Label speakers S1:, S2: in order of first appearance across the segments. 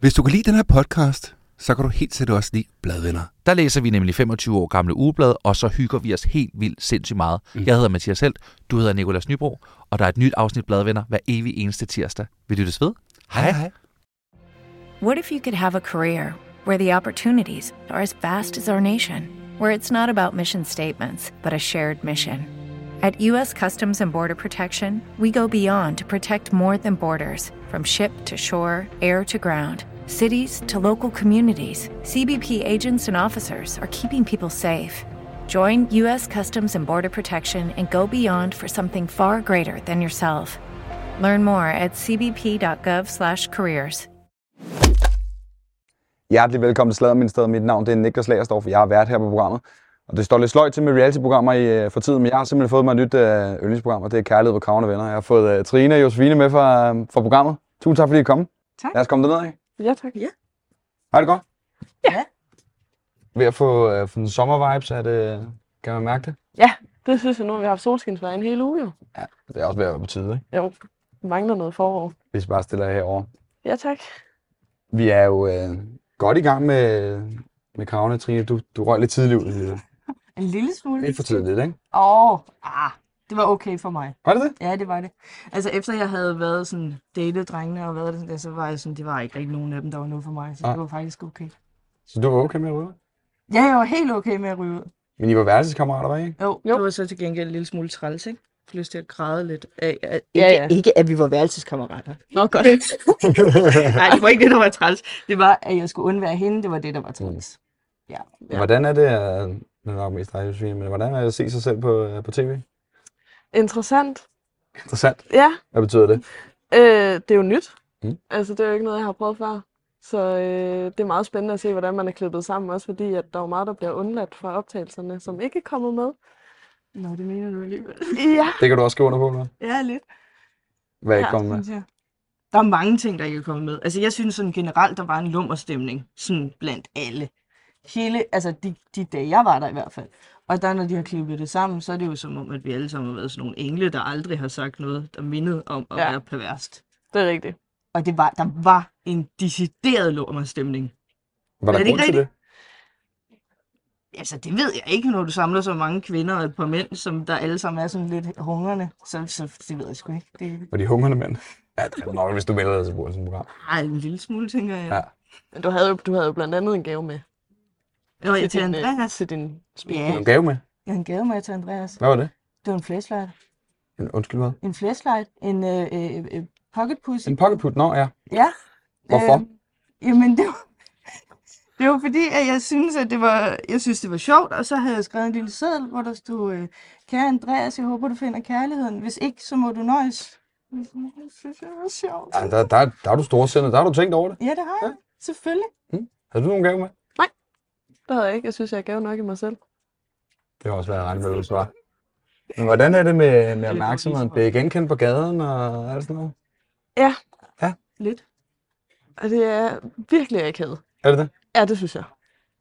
S1: Hvis du kan lide den her podcast, så kan du helt sikkert også lide Bladvenner.
S2: Der læser vi nemlig 25 år gamle ugeblad, og så hygger vi os helt vildt sindssygt meget. Mm. Jeg hedder Mathias Helt, du hedder Nikolas Nybro, og der er et nyt afsnit Bladvenner hver evig eneste tirsdag. Vi lyttes ved. Hej hej.
S3: What if you could have a career where the opportunities are as vast as our nation, where it's not about mission statements, but a shared mission? At U.S. Customs and Border Protection, we go beyond to protect more than borders from ship to shore, air to ground. Cities to local communities, CBP agents and officers are keeping people safe. Join U.S. Customs and Border Protection and go beyond for something far greater than yourself. Learn more at cbp.gov/careers.
S4: Hjertelig velkommen til Sladerministeriet. Mit navn det er Niklas Lagersdorff, og jeg har været her på programmet. Og det står lidt sløjt til med reality-programmer i, øh, for tiden, men jeg har simpelthen fået mig et nyt øh, yndlingsprogram, og det er Kærlighed på Kravene Venner. Jeg har fået øh, Trine og Josefine med fra, øh, fra programmet. Tusind tak, fordi I kom.
S5: Tak.
S4: Lad os komme derned, ikke?
S5: Ja, tak. Ja.
S4: Har I det godt?
S5: Ja.
S4: Ved at få, øh, få den sommer-vibes, er det, kan man mærke det?
S5: Det synes jeg nu, at vi har haft solskinsvejr en hel uge jo.
S4: Det er også ved at være på tide, ikke?
S5: Jo, vi mangler noget forår.
S4: Hvis vi bare stiller jer herover.
S5: Ja, tak.
S4: Vi er jo øh, godt i gang med, med Kravene, Trine. Du, du røg lidt tidligt ud.
S6: En lille smule.
S4: Lidt for tidligt, ikke?
S6: Åh, oh, ah, det var okay for mig.
S4: Var det det?
S6: Ja, det var det. Altså, efter jeg havde været sådan datet drengene og været det, sådan der, så var jeg sådan, det var ikke rigtig nogen af dem, der var noget for mig. Så
S4: Nej.
S6: det var faktisk okay.
S4: Så du var okay med at ryge?
S6: Ja, jeg var helt okay med at ryge ud.
S4: Men I var værelseskammerater, var I ikke?
S6: Jo, jo.
S5: Jo.
S6: det var så til gengæld en lille smule træls, ikke? Jeg fik lyst til at græde lidt. Af, af,
S5: Ja,
S6: ikke,
S5: ja.
S6: ikke, at vi var værelseskammerater.
S5: Nå, godt.
S6: Nej, det var ikke det, der var træls. Det var, at jeg skulle undvære hende. Det var det, der var træls. Ja.
S4: Hvordan er det, øh, nu er det nok mest dig, Josefine, men hvordan er det at se sig selv på, øh, på tv?
S5: Interessant.
S4: Interessant.
S5: Ja,
S4: Hvad betyder det?
S5: øh, det er jo nyt.
S4: Mm.
S5: Altså, det er jo ikke noget, jeg har prøvet før. Så øh, det er meget spændende at se, hvordan man er klippet sammen, også fordi at der er jo meget, der bliver undladt fra optagelserne, som ikke er kommet med.
S6: Nå, det mener du alligevel.
S5: Ja,
S4: Det kan du også skrive under på, eller?
S6: Ja, lidt.
S4: Hvad er ikke
S5: Ja,
S4: kommet med?
S6: synes jeg. Der er mange ting, der ikke er kommet med. Altså, jeg synes sådan generelt, der var en lummerstemning, sådan blandt alle. Hele, altså de, de dage, jeg var der i hvert fald. Og der, når de har klippet det sammen, så er det jo som om, at vi alle sammen har været sådan nogle engle, der aldrig har sagt noget, der mindede om at ja.
S5: Ja.
S6: være perverst.
S5: det er rigtigt.
S6: Og det var, der var en decideret lummerstemning.
S4: Var der
S6: Er det
S4: grund
S6: ikke
S4: til det?
S6: Altså, det ved jeg ikke, når du samler så mange kvinder og et par mænd, som der alle sammen er sådan lidt hungrende. Så, så det ved jeg sgu ikke. Det
S4: Var de hungrende mænd? Ja, det er nok, hvis du melder dig til bordet som program.
S6: er en lille smule, tænker jeg.
S4: Ja.
S6: Ja.
S5: Men du havde, jo, du havde jo blandt andet en gave med
S6: Nå, jeg til
S5: din, øh,
S6: Andreas.
S5: til din spil.
S6: Ja.
S4: Du gav med.
S6: Jeg har en gave med til Andreas.
S4: Hvad var det?
S6: Det var en flashlight.
S4: En, undskyld hvad?
S6: En flashlight. En øh, øh, øh, pocket pussy.
S4: En pocketput? Nå, ja.
S6: Ja.
S4: Hvorfor?
S6: Øhm, jamen, det var, det var fordi, at jeg synes, at det var, jeg synes, det var sjovt, og så havde jeg skrevet en lille seddel, hvor der stod, øh, kære Andreas, jeg håber, du finder kærligheden. Hvis ikke, så må du nøjes. Det synes jeg var sjovt.
S4: ja der, der, der er du storsindet. Der har du tænkt over det.
S6: Ja, det har jeg. Selvfølgelig.
S4: Har du nogen gave med?
S5: Det havde jeg ikke. Jeg synes, jeg gav nok i mig selv.
S4: Det har også været regnet med, du svar. Men hvordan er det med, med opmærksomheden? Bliver I genkendt på gaden og alt sådan noget?
S6: Lidt.
S5: Og det er virkelig akavet.
S4: Er det det?
S5: Ja, det synes jeg.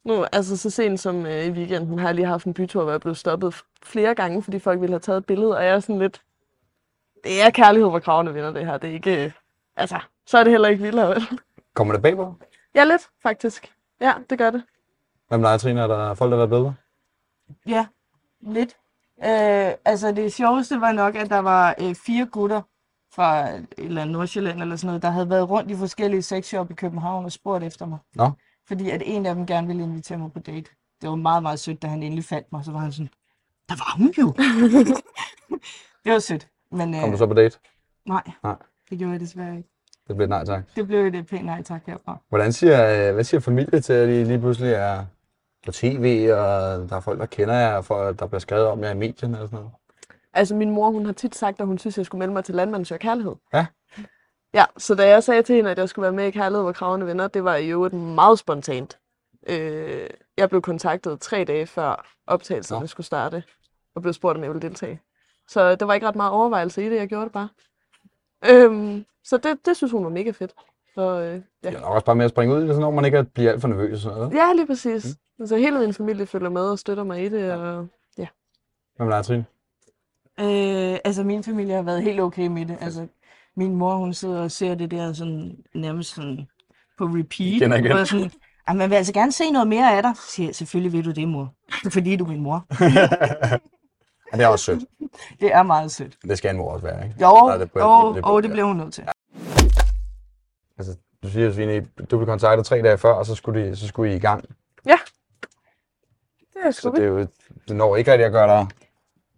S5: Nu, altså så sent som øh, i weekenden har jeg lige haft en bytur, hvor jeg blev stoppet f- flere gange, fordi folk ville have taget et billede, og jeg er sådan lidt... Det er kærlighed, hvor kravene vinder det her. Det er ikke... Øh, altså, så er det heller ikke vildere, vel?
S4: Kommer det bagpå?
S5: Ja, lidt, faktisk. Ja, det gør det.
S4: Hvem der er, Trine? Er der folk, der har været bedre?
S6: Ja, lidt. Øh, altså det sjoveste var nok, at der var øh, fire gutter fra et eller andet Nordsjælland eller sådan noget, der havde været rundt i forskellige sexshop i København og spurgt efter mig.
S4: Nå.
S6: Fordi at en af dem gerne ville invitere mig på date. Det var meget, meget sødt, da han endelig fandt mig. Så var han sådan, der var hun jo. det var sødt. Men
S4: Kom du
S6: øh,
S4: så på date?
S6: nej,
S4: Nej.
S6: det gjorde jeg desværre ikke.
S4: Det bliver et nej tak.
S6: Det blev et øh, pænt nej tak herfra.
S4: Hvordan siger, øh, hvad siger familie til, at I lige pludselig er på tv, og der er folk, der kender jer, og folk, der bliver skrevet om jer i medierne og sådan noget?
S5: Altså, min mor, hun har tit sagt, at hun synes, jeg skulle melde mig til Landmandens Søger Kærlighed.
S4: Ja.
S5: Ja, så da jeg sagde til hende, at jeg skulle være med i Kærlighed, hvor kravene venner, det var i øvrigt meget spontant. Øh, jeg blev kontaktet tre dage før optagelserne
S4: Nå.
S5: Nå. skulle starte, og blev spurgt, om jeg ville deltage. Så der var ikke ret meget overvejelse i det, jeg gjorde det bare. Øhm, så det, det synes hun var mega fedt. Så, øh, ja.
S4: Det er nok også bare med at springe ud i det, når man ikke bliver alt for nervøs og sådan noget.
S5: ja, lige præcis.
S4: Mm.
S5: Så hele min familie følger med og støtter mig i det, og
S4: Hvem er Trine?
S6: Øh, altså, min familie har været helt okay med det. Altså, min mor, hun sidder og ser det der sådan, nærmest sådan på repeat.
S4: Kender igen.
S6: Og jeg sådan, "Ej, man vil altså gerne se noget mere af dig. Så siger jeg, selvfølgelig vil du det, mor. Fordi du er min mor.
S4: Men det er også sødt.
S6: Det er meget sødt.
S4: Det skal en mor også være, ikke?
S6: Jo,
S4: Der er det på-
S6: og,
S4: lidt-
S6: og det bliver hun nødt til.
S4: Altså, du siger, Svine, du blev kontaktet tre dage før, og så skulle, de, så skulle I i gang.
S5: Det er
S4: Så
S5: sgu
S4: det er jo, du når ikke rigtig at gøre dig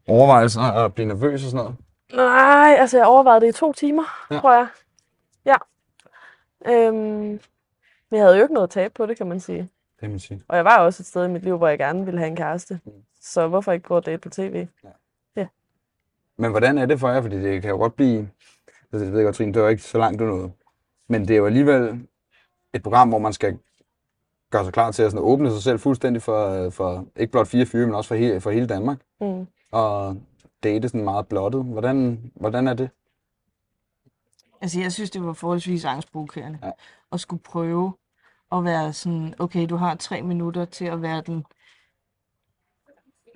S4: overvejelser og blive nervøs og sådan noget.
S5: Nej, altså jeg overvejede det i to timer,
S4: Ja.
S5: ja. tror jeg. Ja. Øhm, men jeg havde jo ikke noget at tabe på det, kan man sige.
S4: Det kan man sige.
S5: Og jeg var også et sted i mit liv, hvor jeg gerne ville have en kæreste.
S4: Mm.
S5: Så hvorfor ikke gå og date på tv?
S4: Men hvordan er det for jer? Fordi det kan jo godt blive... Altså, det ved jeg godt, Trine, det var ikke så langt du nåede. Men det er jo alligevel et program, hvor man skal gøre sig klar til at sådan åbne sig selv fuldstændig for, for ikke blot fire fyre, men også for, he, for hele Danmark.
S5: Mm.
S4: Og date sådan meget blottet. Hvordan, hvordan er det?
S6: Altså, jeg synes, det var forholdsvis angstprovokerende
S4: Ja.
S6: ja. at skulle prøve at være sådan, okay, du har tre minutter til at være den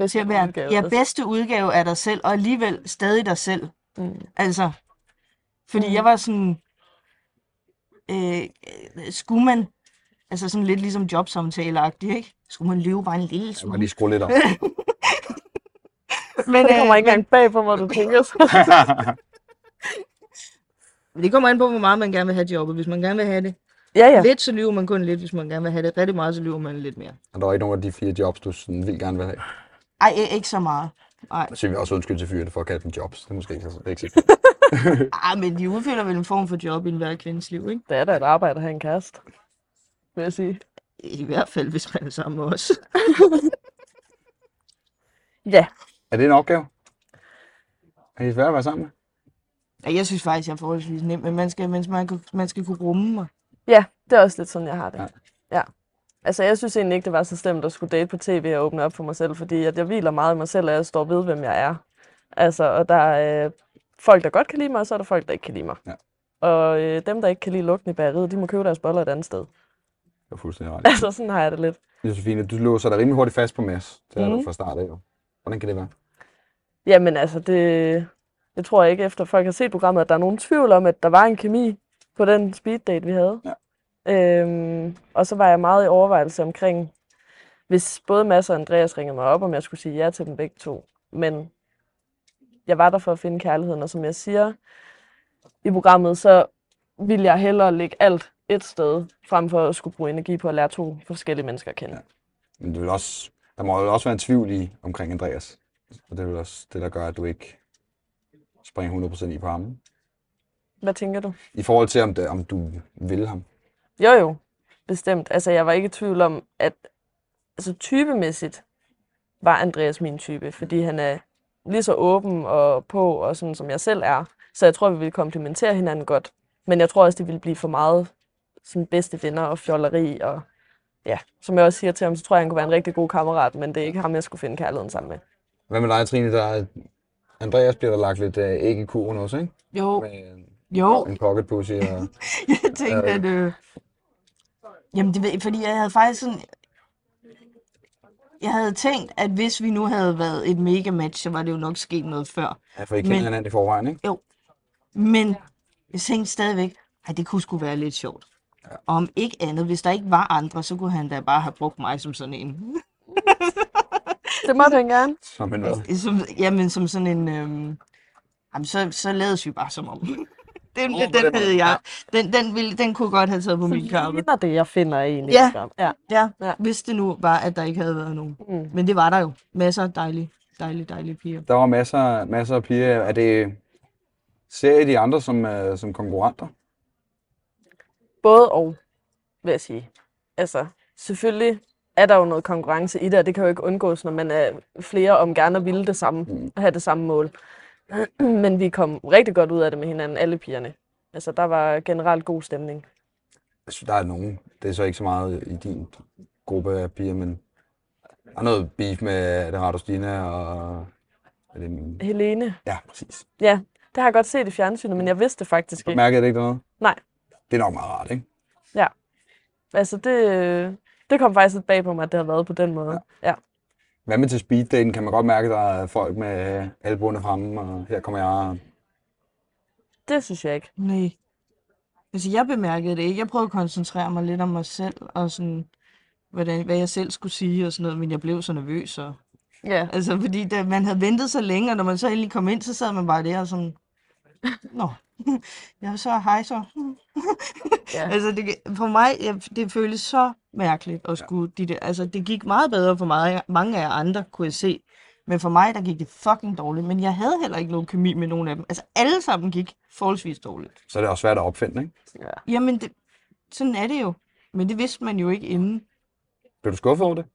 S6: til at være,
S5: udgave,
S6: ja,
S5: altså.
S6: bedste udgave af dig selv, og alligevel stadig dig selv.
S5: Mm.
S6: Altså, fordi
S5: Mm.
S6: jeg var sådan, øh, øh, skulle man, altså sådan lidt ligesom jobsamtaleagtig, ikke? Skulle man løbe bare en lille
S4: Jeg må
S6: smule?
S4: lige skrue lidt op.
S6: Men,
S5: Det kommer
S6: øh,
S5: ikke engang bag på mig, du tænker så.
S6: men det kommer an på, hvor meget man gerne vil have jobbet. Hvis man gerne vil have det
S5: ja, ja.
S6: ja. lidt, så lyver man kun lidt. Hvis man gerne vil have det rigtig meget, så lyver man lidt mere.
S4: og der var ikke nogen af de fire jobs, du sådan vildt gerne vil have.
S6: Ej, i- ikke så meget. Nej.
S4: Så vil jeg også undskylde til fyre, for at kalde dem jobs. Det er måske ikke så, det er ikke så
S6: Ej, Ah, men de udfylder vel en form for job i enhver kvindes liv, ikke?
S5: Det er da et arbejde at have en kæreste, vil jeg sige.
S6: I hvert fald, hvis man er sammen med os.
S5: Ja.
S4: Er det en opgave? Er det svært at være sammen med?
S6: Ja, jeg synes faktisk, jeg er forholdsvis nem, men man skal, mens man, kan- man skal kunne rumme mig.
S5: Ja, det er også lidt sådan, jeg har det.
S4: Ja.
S5: Ja. ja. Altså, jeg synes egentlig ikke, det var så slemt at skulle date på tv og åbne op for mig selv, fordi at jeg hviler meget i mig selv, og jeg står ved, hvem jeg er. Altså, og der er øh, folk, der godt kan lide mig, og så er der folk, der ikke kan lide mig.
S4: Ja.
S5: Og øh, dem, der ikke kan lide lugten i bageriet, de må købe deres boller et andet sted.
S4: Det er fuldstændig ret.
S5: Altså, sådan har jeg det lidt.
S4: Josefine, du låser dig rimelig hurtigt fast på Mads. Det er mm. du
S5: Mhm.
S4: fra start af. jo. Hvordan kan det være?
S5: Jamen altså, det, jeg tror ikke, efter folk har set programmet, at der er nogen tvivl om, at der var en kemi på den speeddate, vi havde.
S4: Ja.
S5: Øhm, og så var jeg meget i overvejelse omkring, hvis både Mads og Andreas ringede mig op, om jeg skulle sige ja til dem begge to. Men jeg var der for at finde kærligheden, og som jeg siger i programmet, så ville jeg hellere lægge alt et sted, frem for at skulle bruge energi på at lære to forskellige mennesker at kende.
S4: Ja. Men det vil også, der må jo også være en tvivl i omkring Andreas. Og det er vel også det, der gør, at du ikke springer 100% i på ham.
S5: Hvad tænker du?
S4: I forhold til, om, det, om du vil ham.
S5: Jo, jo. Bestemt. Altså, jeg var ikke i tvivl om, at altså, typemæssigt var Andreas min type, fordi han er lige så åben og på, og sådan som jeg selv er. Så jeg tror, vi ville komplementere hinanden godt. Men jeg tror også, det ville blive for meget sådan bedste venner og fjolleri. Og ja, som jeg også siger til ham, så tror jeg, han kunne være en rigtig god kammerat, men det er ikke ham, jeg skulle finde kærligheden sammen med.
S4: Hvad med dig, Trine? Der er, Andreas bliver der lagt lidt øh, æg i kurven også, ikke?
S6: Jo,
S4: Med
S6: jo.
S4: en pocket pussy og...
S6: Jeg tænkte,
S4: Ja.
S6: at... Øh... Jamen, det ved jeg, fordi jeg havde faktisk sådan... Jeg havde tænkt, at hvis vi nu havde været et mega match, så var det jo nok sket noget før.
S4: Ja, for I kender
S6: Men-
S4: hinanden i forvejen, ikke?
S6: Men jeg tænkte stadigvæk, at det kunne sgu være lidt sjovt. Og om ikke andet, hvis der ikke var andre, så kunne han da bare have brugt mig som sådan en.
S5: Det måtte han gerne.
S4: Som en hvad?
S6: Som, jamen, som sådan en... Øhm, jamen, så, så lades vi bare som om.
S4: på
S6: den, oh,
S4: den
S6: den,
S4: måde,
S6: havde jeg. Den, den, ville, den kunne godt have taget på min kappe.
S5: Ligner det, jeg finder i en
S6: Ja.
S5: Instagram. Ja.
S6: Ja,
S5: Ja.
S6: hvis det nu var, at der ikke havde været nogen.
S5: Mm.
S6: Men det var der jo. Masser af dejlige, dejlige, dejlige piger.
S4: Der var masser, masser af piger. Er det... Ser I de andre som, øh, som konkurrenter?
S5: Både og, vil jeg sige. Altså, selvfølgelig er der jo noget konkurrence i det, og det kan jo ikke undgås, når man er flere om gerne at ville det samme,
S4: Mm.
S5: og have det samme mål. Men vi kom rigtig godt ud af det med hinanden, alle pigerne. Altså, der var generelt god stemning.
S4: Jeg synes, Altså, der er nogen. Det er så ikke så meget i din gruppe af piger, men der er noget beef med er det Radostina og... Er det min...
S5: Helene,
S4: Ja, præcis.
S5: ja, det har jeg godt set i fjernsynet, men jeg vidste det faktisk
S4: Du
S5: ikke.
S4: mærkede det ikke noget?
S5: Nej.
S4: Det er nok meget rart, ikke?
S5: Altså, det, det kom faktisk lidt bag på mig, at det har været på den måde. Ja.
S4: Hvad med til speeddaten? Kan man godt mærke, at der er folk med albuerne fremme, og her kommer jeg.
S5: Det synes jeg ikke.
S6: Nej. Altså, jeg bemærkede det ikke. Jeg prøvede at koncentrere mig lidt om mig selv, og sådan, hvordan, hvad jeg selv skulle sige og sådan noget, men jeg blev så nervøs. Og,
S5: Ja,
S6: altså, fordi da man havde ventet så længe, og når man så endelig kom ind, så sad man bare der og sådan, Nå, jeg så hej så.
S5: Ja.
S6: altså, det, for mig, jeg, det føles så mærkeligt at skulle de der, altså, det gik meget bedre for mig, mange af jer andre, kunne jeg se. Men for mig, der gik det fucking dårligt, men jeg havde heller ikke nogen kemi med nogen af dem. Altså, alle sammen gik forholdsvis dårligt.
S4: Så er det også svært at opfinde, ikke?
S5: ja.
S6: Jamen, det, sådan er det jo. Men det vidste man jo ikke inden.
S4: Blev du skuffet over det?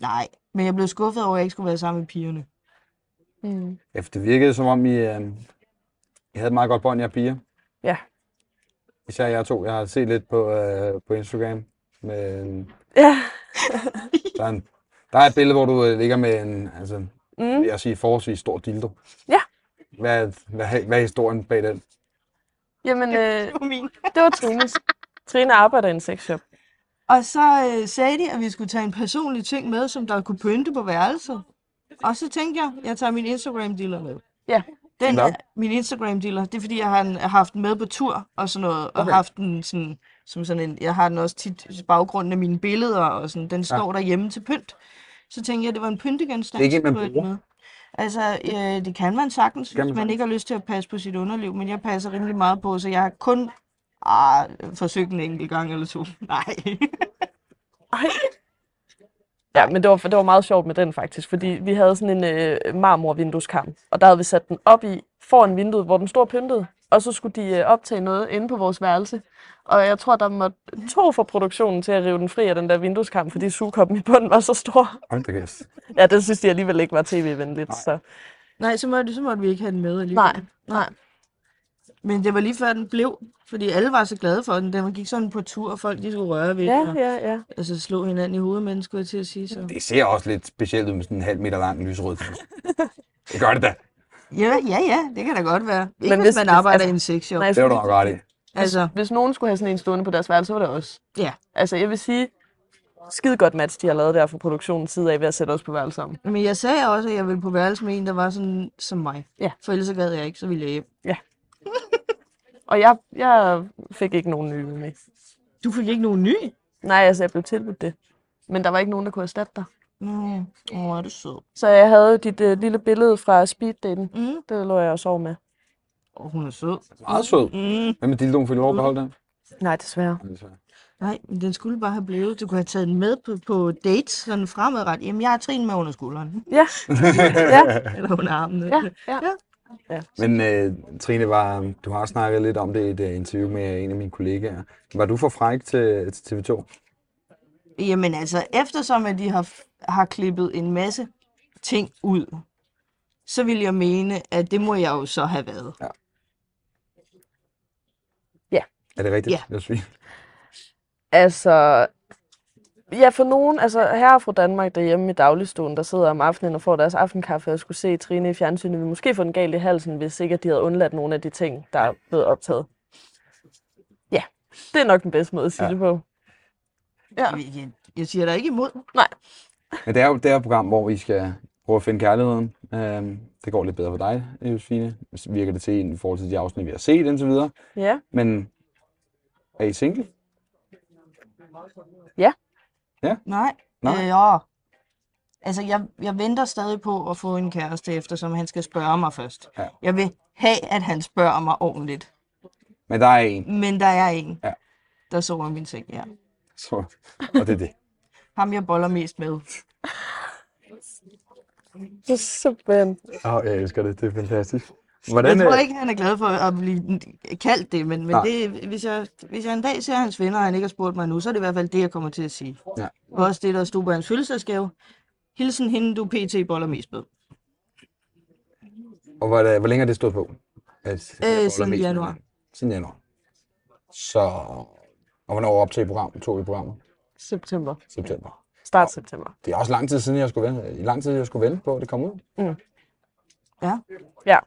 S6: Nej, men jeg blev skuffet over, at jeg ikke skulle være sammen med pigerne.
S5: Mm.
S4: Ja, for det virkede som om, I, øh, I havde et meget godt bånd, jeg piger.
S5: Ja.
S4: Især jer to. Jeg har set lidt på, øh, på Instagram. øh, Men
S5: Ja.
S4: der, er en, der er et billede, hvor du øh, ligger med en, altså,
S5: Mm.
S4: vil jeg sige, forholdsvis stor dildo.
S5: Ja.
S4: Hvad, hvad, hvad er historien bag den?
S5: Jamen, øh,
S6: Det var min.
S5: det var Trines. Trine arbejder i en sexshop.
S6: Og så øh, sagde de, at vi skulle tage en personlig ting med, som der kunne pynte på værelset. Og så tænkte jeg, at jeg tager min Instagram-dealer med.
S5: Ja.
S6: Den
S4: Nå.
S6: er min Instagram-dealer. Det er, fordi jeg har, den, har haft den med på tur og sådan noget. Og
S4: Okay.
S6: haft den sådan, som sådan en, jeg har den også tit i baggrunden af mine billeder. Og sådan, den står derhjemme til pynt. Så tænkte jeg, at det var en pyntegenstand.
S4: Det er ikke
S6: så
S4: en, man
S6: kunne jeg
S4: bruger.
S6: Med. Altså, øh, det kan man sagtens,
S4: kan
S6: hvis
S4: man
S6: man ikke har lyst til at passe på sit underliv, men jeg passer rimelig meget på, så jeg har kun ah, forsøgt en enkelt gang eller to. Nej.
S5: Ej. Ja, men det var, det var meget sjovt med den faktisk, fordi vi havde sådan en øh, marmorvindueskarm, og der havde vi sat den op i foran vinduet, hvor den stod pyntet, og så skulle de øh, optage noget inde på vores værelse. Og jeg tror, der måtte to fra produktionen til at rive den fri af den der vindueskarm, fordi sugekoppen i bunden var så stor.
S4: Hold da kæft.
S5: Ja, det synes de alligevel ikke var tv-venligt, så
S6: Nej, så måtte, så måtte vi ikke have den med alligevel.
S5: nej, nej.
S6: Men det var lige før, den blev, fordi alle var så glade for den. Den gik sådan på tur, og folk de skulle røre ved
S5: Ja,
S6: den, og,
S5: ja, ja.
S6: altså slå hinanden i hovedet, men skulle jeg til at sige så.
S4: Det ser også lidt specielt ud med sådan en halv meter lang lyserød dildo. Det gør det da.
S6: Ja, ja, ja, det kan da godt være. Ikke
S5: Men
S6: hvis,
S5: hvis-
S6: man
S5: hvis-
S6: arbejder
S5: altså-
S6: i en sexshop.
S5: Nej, jeg
S4: Det var
S5: skulle
S4: du nok ret i.
S6: Altså,
S5: hvis nogen skulle have sådan en stående på deres værelse, så var det os.
S6: Ja.
S5: Altså, jeg vil sige, skide godt match, de har lavet der fra produktionens side af ved at sætte os på værelse sammen.
S6: men jeg sagde også, at jeg ville på værelse med en, der var sådan som mig.
S5: Ja.
S6: For ellers så gad jeg ikke, så ville jeg hjem.
S5: Og jeg, jeg fik ikke nogen nye med.
S6: Du fik ikke nogen ny?
S5: Nej, altså, jeg blev tilbudt det. Men der var ikke nogen, der kunne erstatte dig.
S6: Nå, ja. Åh, er du sød.
S5: Så jeg havde dit øh, lille billede fra speeddaten.
S6: Mm.
S5: Det lå jeg og sov med.
S6: Åh, hun er sød.
S4: Meget sød.
S6: Mm.
S4: Hvad med dildoen? Fik du lov at beholde den? Altså,
S5: Nej, desværre.
S6: Nej, men den skulle bare have blevet. Du kunne have taget den med på, på date, sådan fremadrettet. Jamen, jeg har trin med under skulderen.
S5: Ja, ja,
S6: Eller under armen.
S5: ja, ja.
S4: Men øh, Trine, var, du har snakket lidt om det i et øh, interview med en af mine kollegaer. Var du for fræk til, til TV2?
S6: Jamen altså, eftersom at de har, har klippet en masse ting ud, så vil jeg mene, at det må jeg jo så have været.
S4: Er det rigtigt?
S6: Ja.
S4: Jeg synes.
S5: Altså, ja, for nogen, altså her fra Danmark derhjemme i dagligstuen, der sidder om aftenen og får deres aftenkaffe og skulle se Trine i fjernsynet, vil måske få den galt i halsen, hvis ikke at de havde undladt nogle af de ting, der er blevet optaget. Ja, det er nok den bedste måde at sige
S4: Ja.
S5: det på. Ja.
S6: Jeg, jeg siger der ikke imod.
S4: Men det er jo det er et program, hvor I skal prøve at finde kærligheden. Øhm, det går lidt bedre for dig, Josefine. Virker det til i forhold til de afsnit, vi har set indtil videre.
S5: Ja,
S4: Men er I single?
S6: Nej.
S4: Nej.
S6: Øh, ja. Altså, jeg, jeg venter stadig på at få en kæreste, eftersom han skal spørge mig først.
S4: Ja.
S6: Jeg vil have, at han spørger mig ordentligt.
S4: Men der er en.
S6: Men der er en,
S4: Ja.
S6: der sover i min seng. Ja.
S4: Så, og det er det.
S6: Ham, jeg boller mest med.
S5: det er simpelthen...
S4: Åh, oh, jeg elsker det. Det er fantastisk.
S6: Jeg
S4: Hvordan,
S6: tror
S4: øh,
S6: ikke, han er glad for at blive kaldt det, men, men
S4: Nej.
S6: det, hvis, jeg, hvis jeg en dag ser hans venner, og han ikke har spurgt mig nu, så er det i hvert fald det, jeg kommer til at sige.
S4: Ja.
S6: Og også det, der stod på hans fødselsdagsgave. Hilsen hende, du pt. boller mest med.
S4: og hvor, hvor længe har det stået på? Altså, jeg holder
S6: Øh, siden
S4: mest med
S6: januar.
S4: det. Siden januar. Så... Og hvornår optog I programmet? Tog I programmet?
S5: September.
S4: September.
S5: Start september.
S4: Det er også lang tid siden, jeg skulle vente, i lang tid, jeg skulle vente på, at det kom ud.
S6: Ja.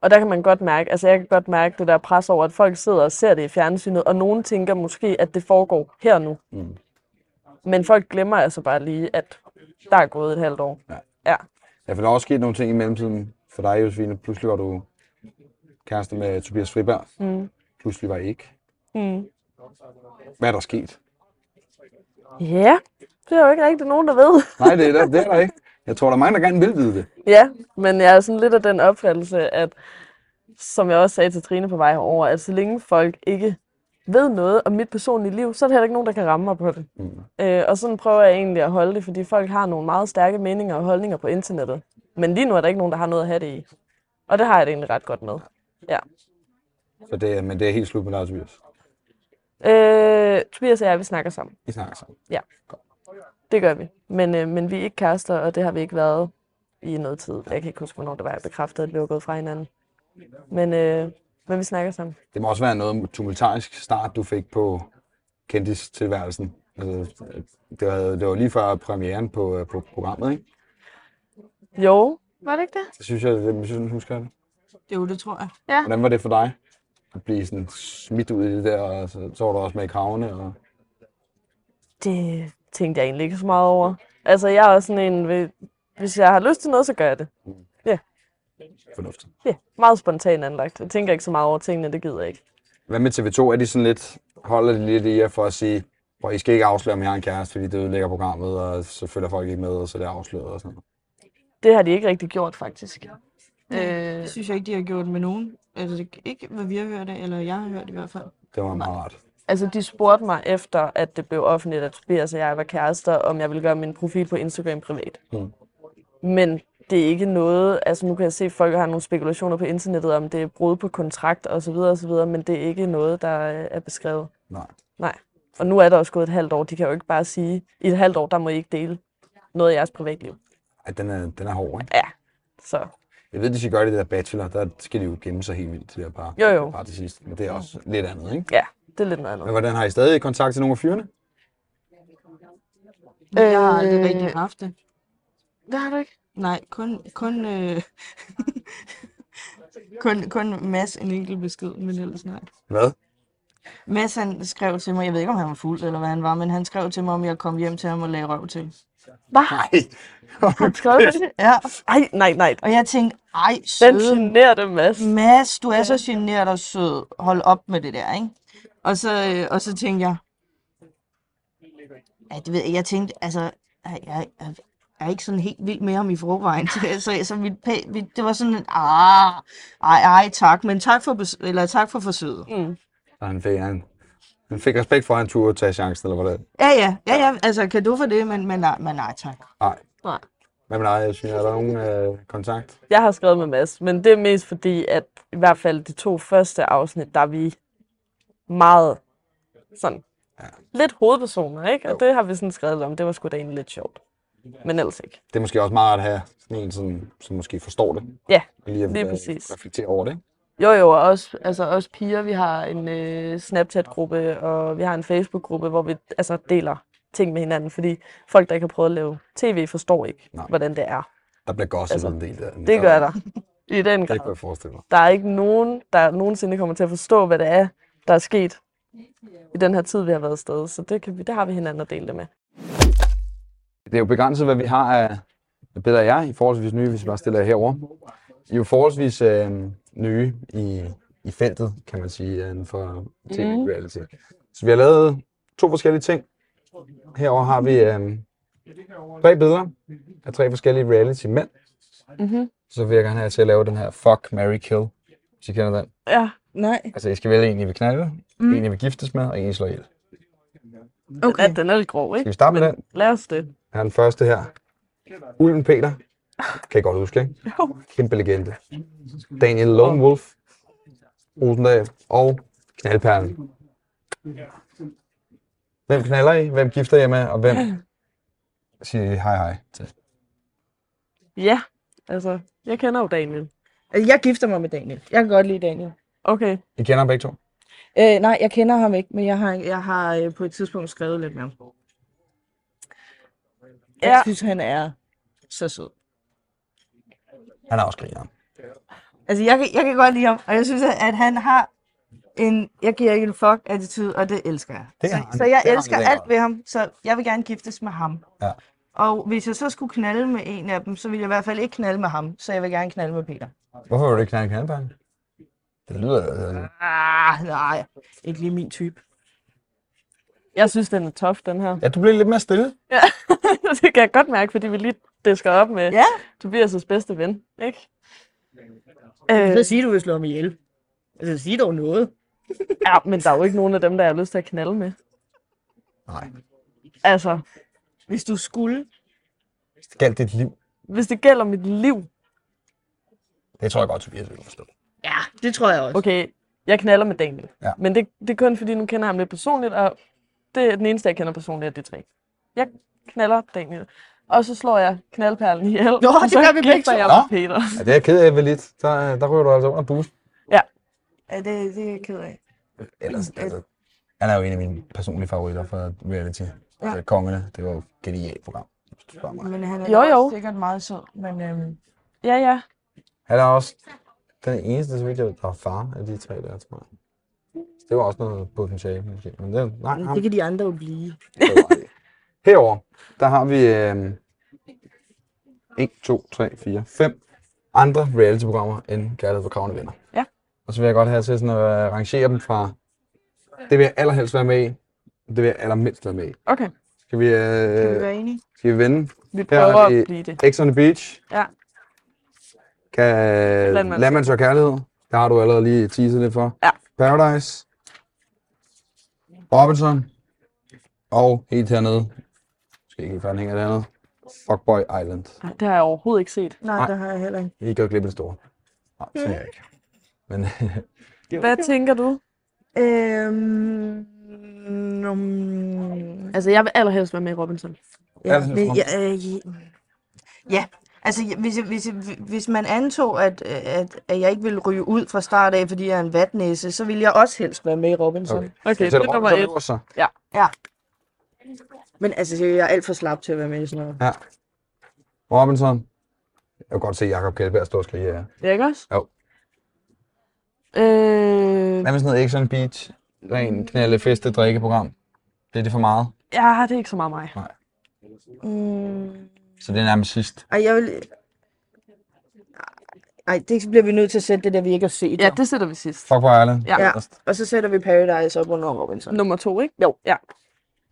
S5: Og der kan man godt mærke, altså jeg kan godt mærke det der pres over, at folk sidder og ser det i fjernsynet, og nogen tænker måske, at det foregår her nu.
S4: Mm.
S5: Men folk glemmer altså bare lige, at der er gået et halvt år.
S4: Ja.
S5: ja.
S4: Ja, for der er også sket nogle ting i mellemtiden for dig, Josefine. Pludselig var du kæreste med Tobias Friberg.
S5: Mm.
S4: pludselig var ikke.
S5: Mm.
S4: Hvad er der sket?
S5: Ja, det er jo ikke rigtig nogen, der ved.
S4: Nej, det er der, det er der ikke. Jeg tror, der er mange, der gerne vil vide det.
S5: Ja, men jeg er sådan lidt af den opfattelse, at som jeg også sagde til Trine på vej herover, at så længe folk ikke ved noget om mit personlige liv, så er der heller ikke nogen, der kan ramme mig på det.
S4: Mm.
S5: Øh, og sådan prøver jeg egentlig at holde det, fordi folk har nogle meget stærke meninger og holdninger på internettet. Men lige nu er der ikke nogen, der har noget at have det i. Og det har jeg det egentlig ret godt med.
S4: Så det, er- men det er helt slut med dig, Tobias.
S5: Øh, Tobias og jeg, vi snakker sammen.
S4: I snakker sammen.
S5: Det gør vi. Men, øh, men vi er ikke kærester, og det har vi ikke været i noget tid. Jeg kan ikke huske, hvornår det var, jeg bekræftede, at vi var gået fra hinanden. Men, øh, men vi snakker sammen.
S4: Det må også være noget tumultarisk start, du fik på kendis-tilværelsen. Altså, det, var, det var lige før premieren på, på programmet, ikke?
S5: Jo. Var det ikke det?
S4: Det synes jeg, det, jeg synes, jeg husker det.
S6: Jo, det tror jeg.
S4: Hvordan var det for dig? At blive sådan smidt ud i det der, og så, så var du også med i kravene. Og...
S5: Det tænkte jeg egentlig ikke så meget over. Altså, jeg er også sådan en, ved- hvis jeg har lyst til noget, så gør jeg det.
S4: Fornuftigt.
S5: Ja, meget spontan anlagt. Jeg tænker ikke så meget over tingene, det gider jeg ikke.
S4: Hvad med TV2? Er de sådan lidt, holder de lidt i jer for at sige, hvor I skal ikke afsløre, om jeg har en kæreste, fordi det ødelægger programmet, og så følger folk ikke med, og så er det afsløret og sådan noget.
S5: Det har de ikke rigtig gjort, faktisk. Øh,
S6: Det synes jeg ikke, de har gjort med nogen. Altså det- ikke, hvad vi har hørt af, eller jeg har hørt i hvert fald.
S4: Det var meget rart.
S5: altså, de spurgte mig efter, at det blev offentligt, at Tobias og jeg var kærester, om jeg ville gøre min profil på Instagram privat.
S4: Mm.
S5: Men det er ikke noget, altså nu kan jeg se, at folk har nogle spekulationer på internettet om, det er brud på kontrakt osv. osv., men det er ikke noget, der øh, er beskrevet.
S4: Nej.
S5: Nej. Og nu er der også gået et halvt år. De kan jo ikke bare sige, i et halvt år, der må I ikke dele noget af jeres privatliv.
S4: Ej, den er, den er hård, ikke?
S5: Ja, så
S4: Jeg ved, de skal gøre det der bachelor, der skal de jo gemme sig helt vildt, det der par.
S5: Jo, jo.
S4: Par til sidst. Men det er også lidt andet, ikke?
S5: ja, det er lidt noget
S4: Men
S5: andet.
S4: hvordan har I stadig kontakt til nogle af fyrene?
S6: Men jeg har aldrig
S5: Øh.
S6: rigtig haft det.
S5: Det har du ikke.
S6: Nej, kun, kun, øh, kun, kun Mads en enkelt besked, men ellers nej.
S4: Hvad?
S6: Mads han skrev til mig, jeg ved ikke om han var fuld eller hvad han var, men han skrev til mig, om jeg kom hjem til ham og lagde røv til.
S5: Hvad?
S4: Nej.
S5: Har du skrevet det?
S6: Ja,
S5: Ej, nej, nej.
S6: og jeg tænkte, ej
S5: Den
S6: søde
S5: generer dem, Mads.
S6: Mads, du er så generet og sød. Hold op med det der, ikke? Og så, øh, og så tænkte jeg... Ja, det ved jeg, jeg tænkte, altså... Jeg, jeg, jeg er ikke sådan helt vild med ham i forvejen. Så, så, så mit, pæ- mit, det var sådan en... Ah, ej, ej, tak. Men tak for, bes- eller, tak for forsøget.
S5: Mm.
S4: Så han fik, han, han fik respekt for, at han turde tage chancen, eller hvordan?
S6: Ja, ja, ja, ja. Altså, kan du for det, men, men, nej, men nej, tak.
S4: Nej.
S5: Nej.
S4: Hvad med dig, Jasmin? Er der nogen øh, kontakt?
S5: Jeg har skrevet med Mads, men det er mest fordi, at i hvert fald de to første afsnit, der er vi meget sådan lidt hovedpersoner, ikke? Og det har vi sådan skrevet lidt om. Det var sgu da egentlig lidt sjovt. Men ellers ikke.
S4: Det er måske også meget at have sådan en, sådan, som måske forstår det.
S5: Ja,
S4: Og Lige, at,
S5: lige
S4: øh,
S5: præcis.
S4: reflektere over det. ikke?
S5: Jo, jo, og også, altså også piger. Vi har en øh, Snapchat-gruppe, og vi har en Facebook-gruppe, hvor vi altså, deler ting med hinanden, fordi folk, der ikke har prøvet at lave tv, forstår ikke,
S4: Nej.
S5: Nej. hvordan det er.
S4: Der bliver godt altså,
S5: Altså,
S4: en del der.
S5: Det gør der. I den
S4: Det kunne
S5: grad.
S4: jeg forestille mig.
S5: Der er ikke nogen, der nogensinde kommer til at forstå, hvad det er, der er sket i den her tid, vi har været afsted. Så det, kan vi, det har vi hinanden at dele det med.
S4: Det er jo begrænset, hvad vi har af af billeder af jer, i forholdsvis nye, hvis vi bare stiller jer herover. I er jo forholdsvis øh, nye i, i feltet, kan man sige, inden
S5: Mhm.
S4: for tv-reality. Mm. Så vi har lavet to forskellige ting. Herover har vi øh, tre billeder af tre forskellige reality-mænd.
S5: Mm-hmm.
S4: Så vil jeg gerne have jer til at lave den her Fuck, Mary Kill, hvis I kender den.
S5: Ja.
S6: Nej.
S4: Altså, I skal vælge en, I vil knalde, mm.
S5: Mhm.
S6: Mm.
S4: en, I vil giftes med, og en, I slår ihjel.
S5: Okay. Den, er, den er lidt grov,
S4: Skal
S5: ikke?
S4: vi starte med
S5: Men
S4: den?
S5: lad os det.
S4: Her er den første her. Ulven Peter. Kan I godt huske, ikke?
S5: Jo.
S4: Kæmpe legende. Daniel Lone Wolf. Rosendal og Knaldperlen. Hvem knaller I? Hvem gifter I jer med? Og hvem siger I hej hej til?
S5: Ja, altså, jeg kender jo Daniel.
S6: Jeg gifter mig med Daniel. Jeg kan godt lide Daniel.
S5: Okay.
S4: I kender ham begge to?
S6: Øh, nej, jeg kender ham ikke, men jeg har, jeg har øh, på et tidspunkt skrevet lidt med ham. Ja. Jeg
S5: Ja.
S6: synes, han er så sød.
S4: Han er også griner.
S6: Altså, jeg, kan- jeg kan godt lide ham, og jeg synes, at at han har en jeg giver ikke en fuck attitude, og det elsker jeg.
S4: Det er
S6: så,
S4: han.
S6: så jeg
S4: Det er han
S6: elsker
S4: i den grad.
S6: alt ved ham, så jeg vil gerne giftes med ham.
S4: Ja.
S6: Og hvis jeg så skulle knalde med en af dem, så ville jeg i hvert fald ikke knalde med ham, så jeg vil gerne knalde med Peter.
S4: Hvorfor vil du ikke knalde Knaldperlen? Det lyder... Øh,
S6: Ah, nej, ikke lige min type.
S5: Jeg synes, den er tof, den her.
S4: ja, du bliver lidt mere stille.
S5: Ja. det kan jeg godt mærke, fordi vi lige disker op med
S6: Ja,
S5: Tobias' bedste ven. Ikke?
S6: så
S5: Øh,
S6: siger du, at du vil slå ham ihjel. Altså, sig dog noget.
S5: Øh, ja, men der er jo ikke nogen af dem, der jeg har lyst til at knalde med.
S4: Nej.
S5: Altså,
S6: Hvis du skulle.
S4: Galt dit liv.
S5: hvis det gælder mit liv,
S4: Det tror jeg godt, Tobias vil forstå.
S6: Ja, det tror jeg også.
S5: okay, jeg knaller med Daniel.
S4: Ja.
S5: Men det, det er kun fordi, nu kender jeg ham lidt personligt, og det er den eneste, jeg kender personligt af de tre. Jeg knaller Daniel. Og så slår jeg knaldperlen ihjel. Nå,
S6: det gør vi begge
S5: begge
S6: to.
S5: jeg
S4: Nå.
S5: med Peter.
S4: Ja, det er jeg ked af, Velit. Der, der ryger du altså under bus.
S6: Ja, det, det er jeg ked af.
S4: Ellers, altså, han er jo en af mine personlige favoritter fra reality.
S6: Ja.
S4: Ja. Kongerne, det var jo et genialt program. hvis du spørger mig.
S6: Men han er
S5: Jo,
S6: da
S5: jo.
S6: også sikkert meget sød. Men øhm,
S5: Ja, ja.
S4: Han er også den eneste, så vidt jeg ved, der er far af de tre der, tror jeg. Så det var også noget potentiale, måske. Men det, nej, ham,
S6: det kan de andre jo blive.
S4: Herover der har vi øh, 1, 2, 3, 4, 5 andre reality-programmer end Kærlighed for Kravende Venner.
S5: Ja.
S4: Og så vil jeg godt have til sådan at øh, rangere dem fra, det vil jeg allerhelst være med i, og det vil jeg allermindst være med i.
S5: Okay,
S4: Skal vi,
S6: Kan vi
S4: øh,
S6: være enige?
S4: skal vi vende?
S5: vi
S4: Her
S5: prøver
S4: har
S5: at
S4: vi
S5: blive det.
S4: X on the Beach.
S5: Ja.
S4: Kan øh,
S5: Landmand.
S4: Landmands og Kærlighed. Der har du allerede lige teaset lidt for.
S5: Ja.
S4: Paradise. Robinson. Og helt hernede. Skal ikke fanden hænge dernede. Fuckboy Island.
S5: Ej, Det har jeg overhovedet ikke set.
S6: Nej,
S4: Nej.
S6: det har jeg heller ikke.
S4: I gør glip af det store. Nej, det er jeg ikke. Men
S5: Hvad tænker du?
S6: Øhm, um,
S5: Altså, jeg vil allerhelst være med i Robinson.
S4: Ja,
S6: Ja,
S4: det synes
S6: men,
S4: jeg.
S6: ja, øh, ja. ja. altså ja, hvis, jeg- hvis, jeg- hvis man antog, at, øh, at, at jeg ikke ville ryge ud fra start af, fordi jeg er en vatnæse, så ville jeg også helst være med i Robinson.
S4: Okay.
S6: Okay.
S5: Okay, det
S4: Sætter
S5: er nummer
S4: Robinson
S5: et.
S4: øverst, så.
S6: Men altså, jeg er alt for slap til at være med i sådan noget.
S4: Ja. Robinson. Jeg kan godt se Jacob Kjellberg stå og skrige. Ja.
S5: Ja, ikke også?
S4: Jo.
S5: Øh,
S4: Hvad med sådan noget X on the Beach?
S5: Mm.
S4: Ren knalde, feste, drikkeprogram. Bliver det for meget?
S5: ja, det er ikke så meget mig.
S6: Mm,
S4: Så det er nærmest sidst.
S6: ej, jeg vil... Ej, det bliver vi nødt til at sætte det der, vi ikke har set.
S5: Ja,
S6: jo.
S5: det sætter vi sidst.
S4: Fuck Boy Island.
S5: Ja.
S6: ja.
S4: Ellers.
S6: Og så sætter vi Paradise op under Robinson. Åh
S5: Nummer to, ikke? Jo, ja.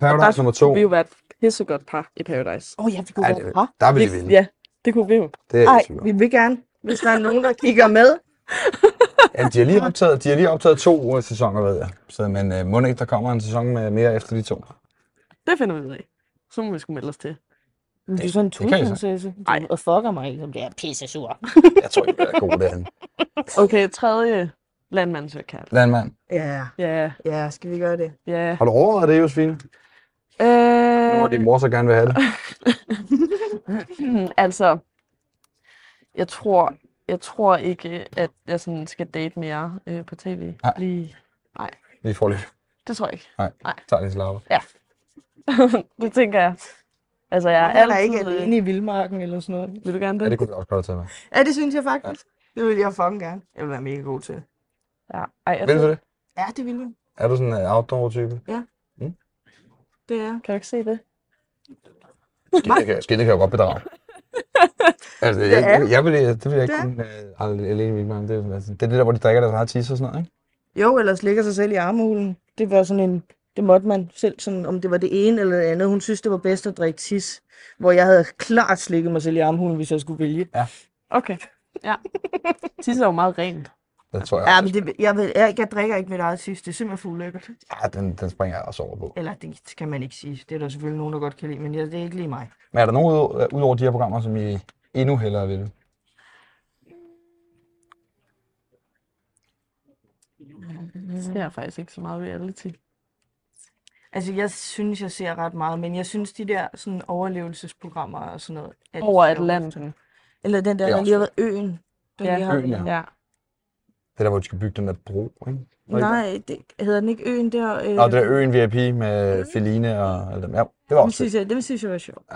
S4: Paradise nummer to.
S5: skulle vi jo være et pissegodt par i Paradise.
S6: oh, ja, vi kunne
S4: Ej,
S6: være
S4: det-
S6: par.
S4: Der vil de vinde.
S5: Ja, det kunne vi jo.
S4: Det er
S6: Ej,
S4: Ej,
S6: vi vil gerne, hvis der er nogen, der kigger med.
S4: ja, de, har lige optaget, de har lige optaget to øh, sæsoner, ved jeg. Så, men øh, må ikke, der kommer en sæson med mere efter de to.
S5: Det finder vi ud af. Så må vi sgu melde os til.
S6: Men du er sådan en
S4: kan jeg så.
S6: tudprinsesse. Nej, og fucker mig ikke, om det er pisse sur.
S4: Jeg tror ikke, det er god derinde.
S5: Okay, tredje landmand søger kærlighed.
S4: Landmand.
S6: Ja,
S5: Ja,
S6: ja, skal vi gøre det?
S5: ja.
S4: Har du overvejet det, Josefine? Nu hvor din
S5: Øh,
S4: mor så gerne vil have det.
S5: altså, jeg tror, jeg tror ikke, at jeg sådan skal date mere øh, på tv.
S4: Nej.
S5: Lige.
S4: Vi får lige.
S5: Det tror jeg ikke.
S4: Nej,
S5: Nej.
S4: tager lige slapper.
S5: det tænker jeg. Altså, jeg er
S6: Han er ikke
S5: altid... øh,
S6: alene i vildmarken eller sådan noget.
S5: Vil du gerne
S4: Ja, det
S5: det?
S4: kunne vi også godt have taget med.
S6: Ja, det synes jeg faktisk. Det vil jeg fucking gerne. Jeg vil være mega god til.
S5: Ja. Ej, jeg
S4: Vil du det?
S6: Ja, det vil jeg.
S4: Er du sådan en øh, outdoor-type?
S6: Det er.
S5: Kan du ikke se det?
S4: Skidte kan, skidte kan jo godt bedrage. altså, jeg,
S6: er
S4: jeg, jeg vil, det vil jeg ikke
S6: Det er.
S4: kunne øh, al- alene i vildmarken. Det, er jo- altså, det er det der, hvor de drikker deres eget tis og sådan noget, ikke?
S6: Jo, ellers ligger sig selv i armhulen. Det var sådan en... Det måtte man selv, sådan, om det var det ene eller det andet. Hun synes, det var bedst at drikke tis. Hvor jeg havde klart slikket mig selv i armhulen, hvis jeg skulle vælge.
S5: Okay. Ja. Tisse er jo meget rent.
S4: Det tror jeg.
S6: Ja,
S4: også.
S6: men det, jeg, ved, jeg, jeg drikker ikke mit eget tis. Det er simpelthen for ulækkert.
S4: Ja, den, den springer jeg også over på.
S6: Eller det kan man ikke sige. Det er der selvfølgelig nogen, der godt kan lide, men jeg, det er ikke lige mig.
S4: Men er der nogen ud- ud over de her programmer, som I endnu hellere vil?
S5: Det ser jeg faktisk ikke så meget reality.
S6: Altså, jeg synes, jeg ser ret meget, men jeg synes, de der sådan overlevelsesprogrammer og sådan noget... er det
S5: Over
S6: sjoveste.
S5: Atlanten.
S6: Eller den der,
S4: Det er
S6: der
S4: også
S6: lige har været øen. Den
S5: Ja.
S6: lige har
S4: Øen,
S6: været.
S4: ja.
S5: Ja.
S4: Det der, hvor de skal bygge den der bro, ikke? Var det
S6: Nej, det, hedder den ikke øen der? Øh,
S4: Nå, det der Øen VIP med Feline og alle dem. Ja, det var
S6: Dem
S4: også fedt.
S6: synes, jeg, dem synes jeg var sjovt.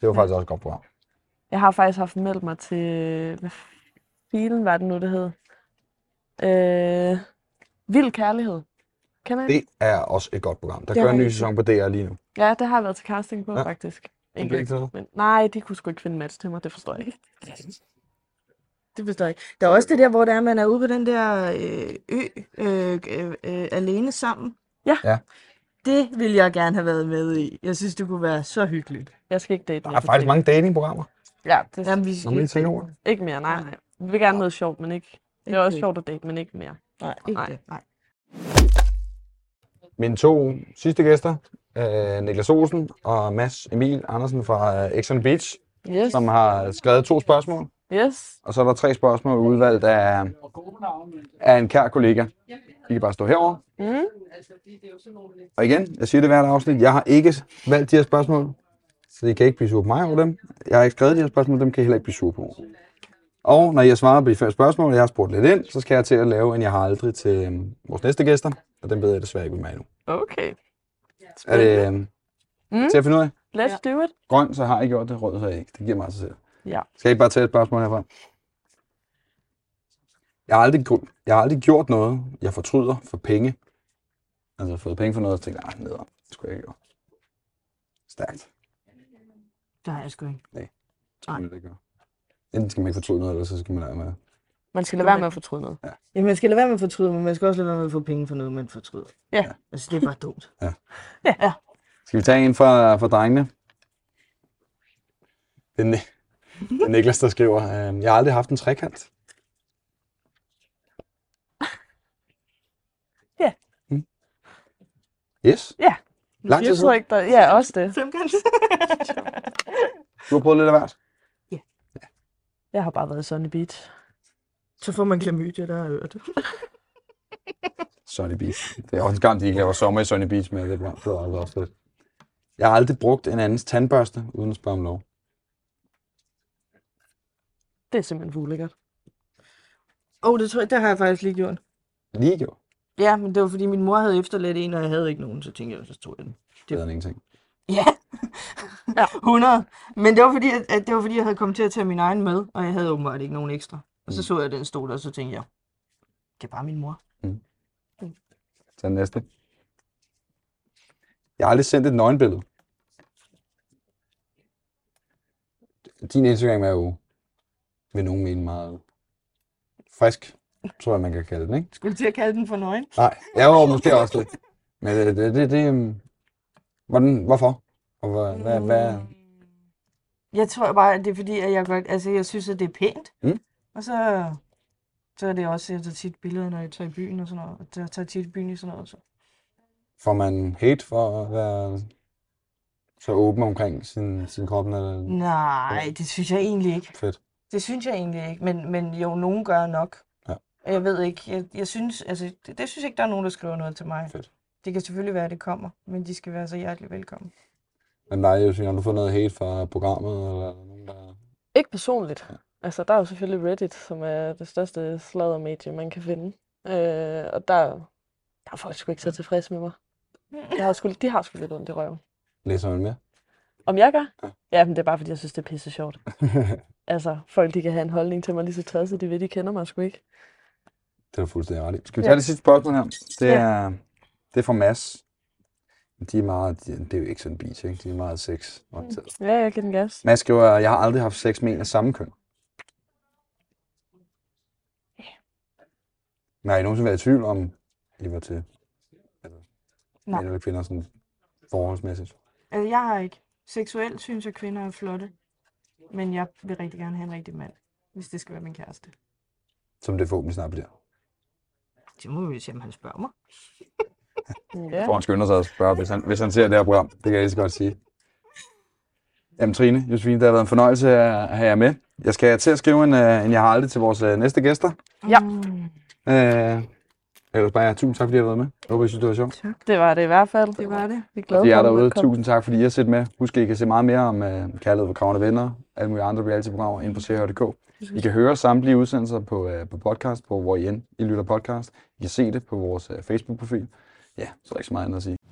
S4: Det var faktisk også et godt program.
S5: Jeg har faktisk haft meldt mig til... øh, Hvad filen var det nu, det hed? Øh... Vild Kærlighed. Kender I? Det...
S4: Det er også et godt program. Der
S5: Det
S4: kører en
S5: er
S4: ny
S5: rigtigt.
S4: sæson på DR lige nu.
S5: Ja, det har jeg været til casting på,
S4: Ja.
S5: ja. faktisk.
S4: Det blev ikke til noget.
S5: Men nej, de kunne sgu ikke finde match til mig, det forstår jeg ikke.
S6: Det forstår jeg ikke. Der er også det der, hvor der er, man er ude på den der øh, ø øh, øh, øh, alene sammen.
S5: Ja.
S4: Ja.
S6: Det ville jeg gerne have været med i. Jeg synes, det kunne være så hyggeligt.
S5: Jeg skal ikke date
S4: Der
S5: mere
S4: er
S5: for
S4: faktisk
S5: tiden.
S4: mange datingprogrammer.
S5: Ja, det
S6: Jamen, vi
S4: Når man lige tænker over det.
S5: Ikke mere, nej, nej. Vi vil gerne noget sjovt, men ikke... Det er
S6: Ikke
S5: også
S6: det.
S5: sjovt at date, men ikke mere.
S6: Nej, ikke
S5: Nej.
S6: det. Nej.
S4: Mine to sidste gæster, øh, Niklas Olsen og Mads Emil Andersen fra øh, Exxon Beach,
S5: Yes.
S4: som har skrevet to spørgsmål.
S5: Yes.
S4: Og så er der tre spørgsmål udvalgt af, af en kær kollega. I kan bare stå herover.
S5: Mm.
S4: Og igen, jeg siger det hvert afsnit, jeg har ikke valgt de her spørgsmål, så I kan ikke blive sure på mig over dem. Jeg har ikke skrevet de her spørgsmål, dem kan I heller ikke blive sure på. Og når jeg svarer på de fem spørgsmål, og jeg har spurgt lidt ind, så skal jeg til at lave en jeg har aldrig til øhm, vores næste gæster, og den ved jeg desværre ikke med endnu.
S5: Okay.
S4: Er det øhm,
S5: Mm.
S4: til at finde ud af?
S5: Let's do it.
S4: Grøn, så har I gjort det, rød, så har I ikke. Det giver mig sig selv.
S5: Ja.
S4: Skal jeg ikke bare tage et spørgsmål herfra? Jeg har aldrig, gru- jeg har aldrig gjort noget, jeg fortryder for penge. Altså fået penge for noget, og så tænkte jeg, "Ej, neder, det skulle jeg ikke gøre. Stærkt.
S6: Der har jeg sgu ikke.
S4: Det skal man ikke gøre. Enten skal man ikke fortryde noget, eller så skal man lade med.
S5: Man skal lade være med at fortryde noget.
S6: Jamen, man skal lade være med at fortryde, men man skal også lade være med at få penge for noget, man fortryder.
S5: Ja.
S6: Altså, det er bare dumt.
S4: Skal vi tage en fra, fra drengene? Det er, Ni- det er Niklas, der skriver, øh, jeg har aldrig haft en trekant.
S5: Ja.
S4: Mm. Yes, Lang tid
S5: Jeg tror
S4: siden.
S5: ikke, der... Ja, også det.
S6: Fem gange.
S4: du har prøvet lidt af hvert.
S5: Jeg har bare været i Sunny Beach.
S6: Så får man klamydia, der har hørt.
S4: Sunny Beach. Det er også en skam, de ikke laver sommer i Sunny Beach med det program. Det var aldrig også fedt. Jeg har aldrig brugt en andens tandbørste, uden at spørge om lov.
S5: Det er simpelthen for ulækkert.
S6: Åh, oh, det tror jeg, det har jeg faktisk lige gjort.
S4: Lige jo.
S6: Ja, men det var fordi min mor havde efterladt en, og jeg havde ikke nogen, så tænkte jeg, så tog jeg den.
S4: Det er ingenting.
S6: Ja. ja. 100. Men det var, fordi, at, at det var fordi, jeg havde kommet til at tage min egen med, og jeg havde åbenbart ikke nogen ekstra. Og så
S4: Mm.
S6: så jeg, den stod der, og så tænkte jeg, det er bare min mor.
S4: Tag den næste. Jeg har aldrig sendt et nøgenbillede. Din Instagram er jo, vil nogen mene, meget frisk, tror jeg, man kan kalde den, ikke?
S6: Skulle du til at kalde den for nøgen?
S4: Nej, jeg var måske også lidt. Men det, det, det, det øhm, hvordan, hvorfor? Og hvad, hvad, hvad,
S6: Jeg tror bare, at det er fordi, at jeg godt, altså jeg synes, at det er pænt.
S4: Mm.
S6: Og så, så er det også, at jeg tager tit billeder, når jeg tager i byen og sådan noget. Og jeg tager tit i byen i sådan noget. Så.
S4: Får man hate for at være så åben omkring sin, sin krop? Eller...
S6: Nej, det synes jeg egentlig ikke.
S4: Fedt.
S6: Det synes jeg egentlig ikke, men, men jo, nogen gør nok.
S4: Ja.
S6: Og jeg ved ikke, jeg, jeg synes, altså, det, det synes ikke, der er nogen, der skriver noget til mig.
S4: Fedt.
S6: Det kan selvfølgelig være, at det kommer, men de skal være så hjertelig velkommen.
S4: Men nej, jeg synes, har du fået noget hate fra programmet? Eller nogen, der...
S5: Ikke personligt. Altså, der er jo selvfølgelig Reddit, som er det største sladdermedie, man kan finde. Øh, og der, der er folk sgu ikke så tilfredse med mig. Jeg har sgu, de har sgu lidt ondt i røven.
S4: Læser man mere?
S5: Om jeg gør? Ja, men det er bare, fordi jeg synes, det er pisse sjovt. Altså, folk de kan have en holdning til mig lige så tosset, de ved, de kender mig sgu ikke.
S4: det er du fuldstændig ret i. Skal vi
S5: Ja.
S4: tage det sidste spørgsmål her? Det er, det er fra Mads. De er meget, de, det er jo ikke sådan beach, ikke? De er meget sex. orienteret.
S5: Ja, jeg giver den gas.
S4: Mads skriver, jeg har aldrig haft sex med en af samme køn. Men har I nogensinde været i tvivl om, I var til altså,
S6: Nej.
S4: mænd eller kvinder sådan forholdsmæssigt?
S6: Altså, jeg har ikke. Seksuelt synes jeg, kvinder er flotte. Men jeg vil rigtig gerne have en rigtig mand, hvis det skal være min kæreste.
S4: Som det forhåbentlig snart bliver.
S6: Det må vi jo se, om han spørger mig.
S5: Ja.
S4: Jeg tror, han skynder sig at spørge, hvis han, hvis han ser det her program. Det kan jeg lige så godt sige. Jamen Trine, Josefine, det har været en fornøjelse at at have jer med. Jeg skal til at skrive en, øh, en jeg har aldrig til vores øh, næste gæster.
S5: Ja.
S4: Øh, ellers bare tusind tak, fordi I har været med. Jeg håber, I synes, det var sjovt.
S5: Det var det i hvert fald. Det
S6: var det.
S5: Vi er glade
S4: De
S5: for,
S4: er
S5: at du
S4: derude.
S5: måtte komme.
S4: Tusind tak, fordi I har set med. Husk, at I kan se meget mere om øh, Kærlighed for Kravende Venner, alle mulige andre reality-programmer inde på CHR.dk. I kan høre samtlige udsendelser på, øh, på podcast, på hvor I end I lytter podcast. I kan se det på vores øh, Facebook-profil. Ja, så er der ikke så meget andet at sige.